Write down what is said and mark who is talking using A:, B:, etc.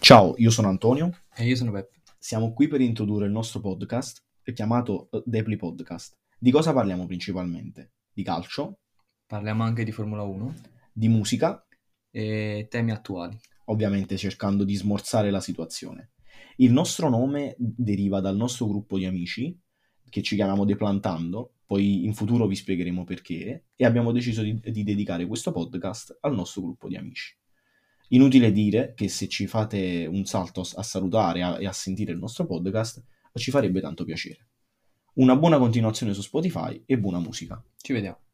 A: Ciao, io sono Antonio,
B: E io sono Peppe.
A: siamo qui per introdurre il nostro podcast chiamato eh, Depli Podcast. Di cosa parliamo principalmente? Di calcio,
B: Parliamo anche di Formula 1
A: di musica,
B: e temi attuali.
A: ovviamente cercando di smorzare la situazione. Il nostro nome deriva dal nostro gruppo di amici che ci chiamiamo Deplantando, poi in futuro vi spiegheremo perché e abbiamo deciso di, di dedicare questo podcast al nostro gruppo di amici. Inutile dire che se ci fate un salto a salutare a- e a sentire il nostro podcast ci farebbe tanto piacere. Una buona continuazione su Spotify e buona musica.
B: Ci vediamo.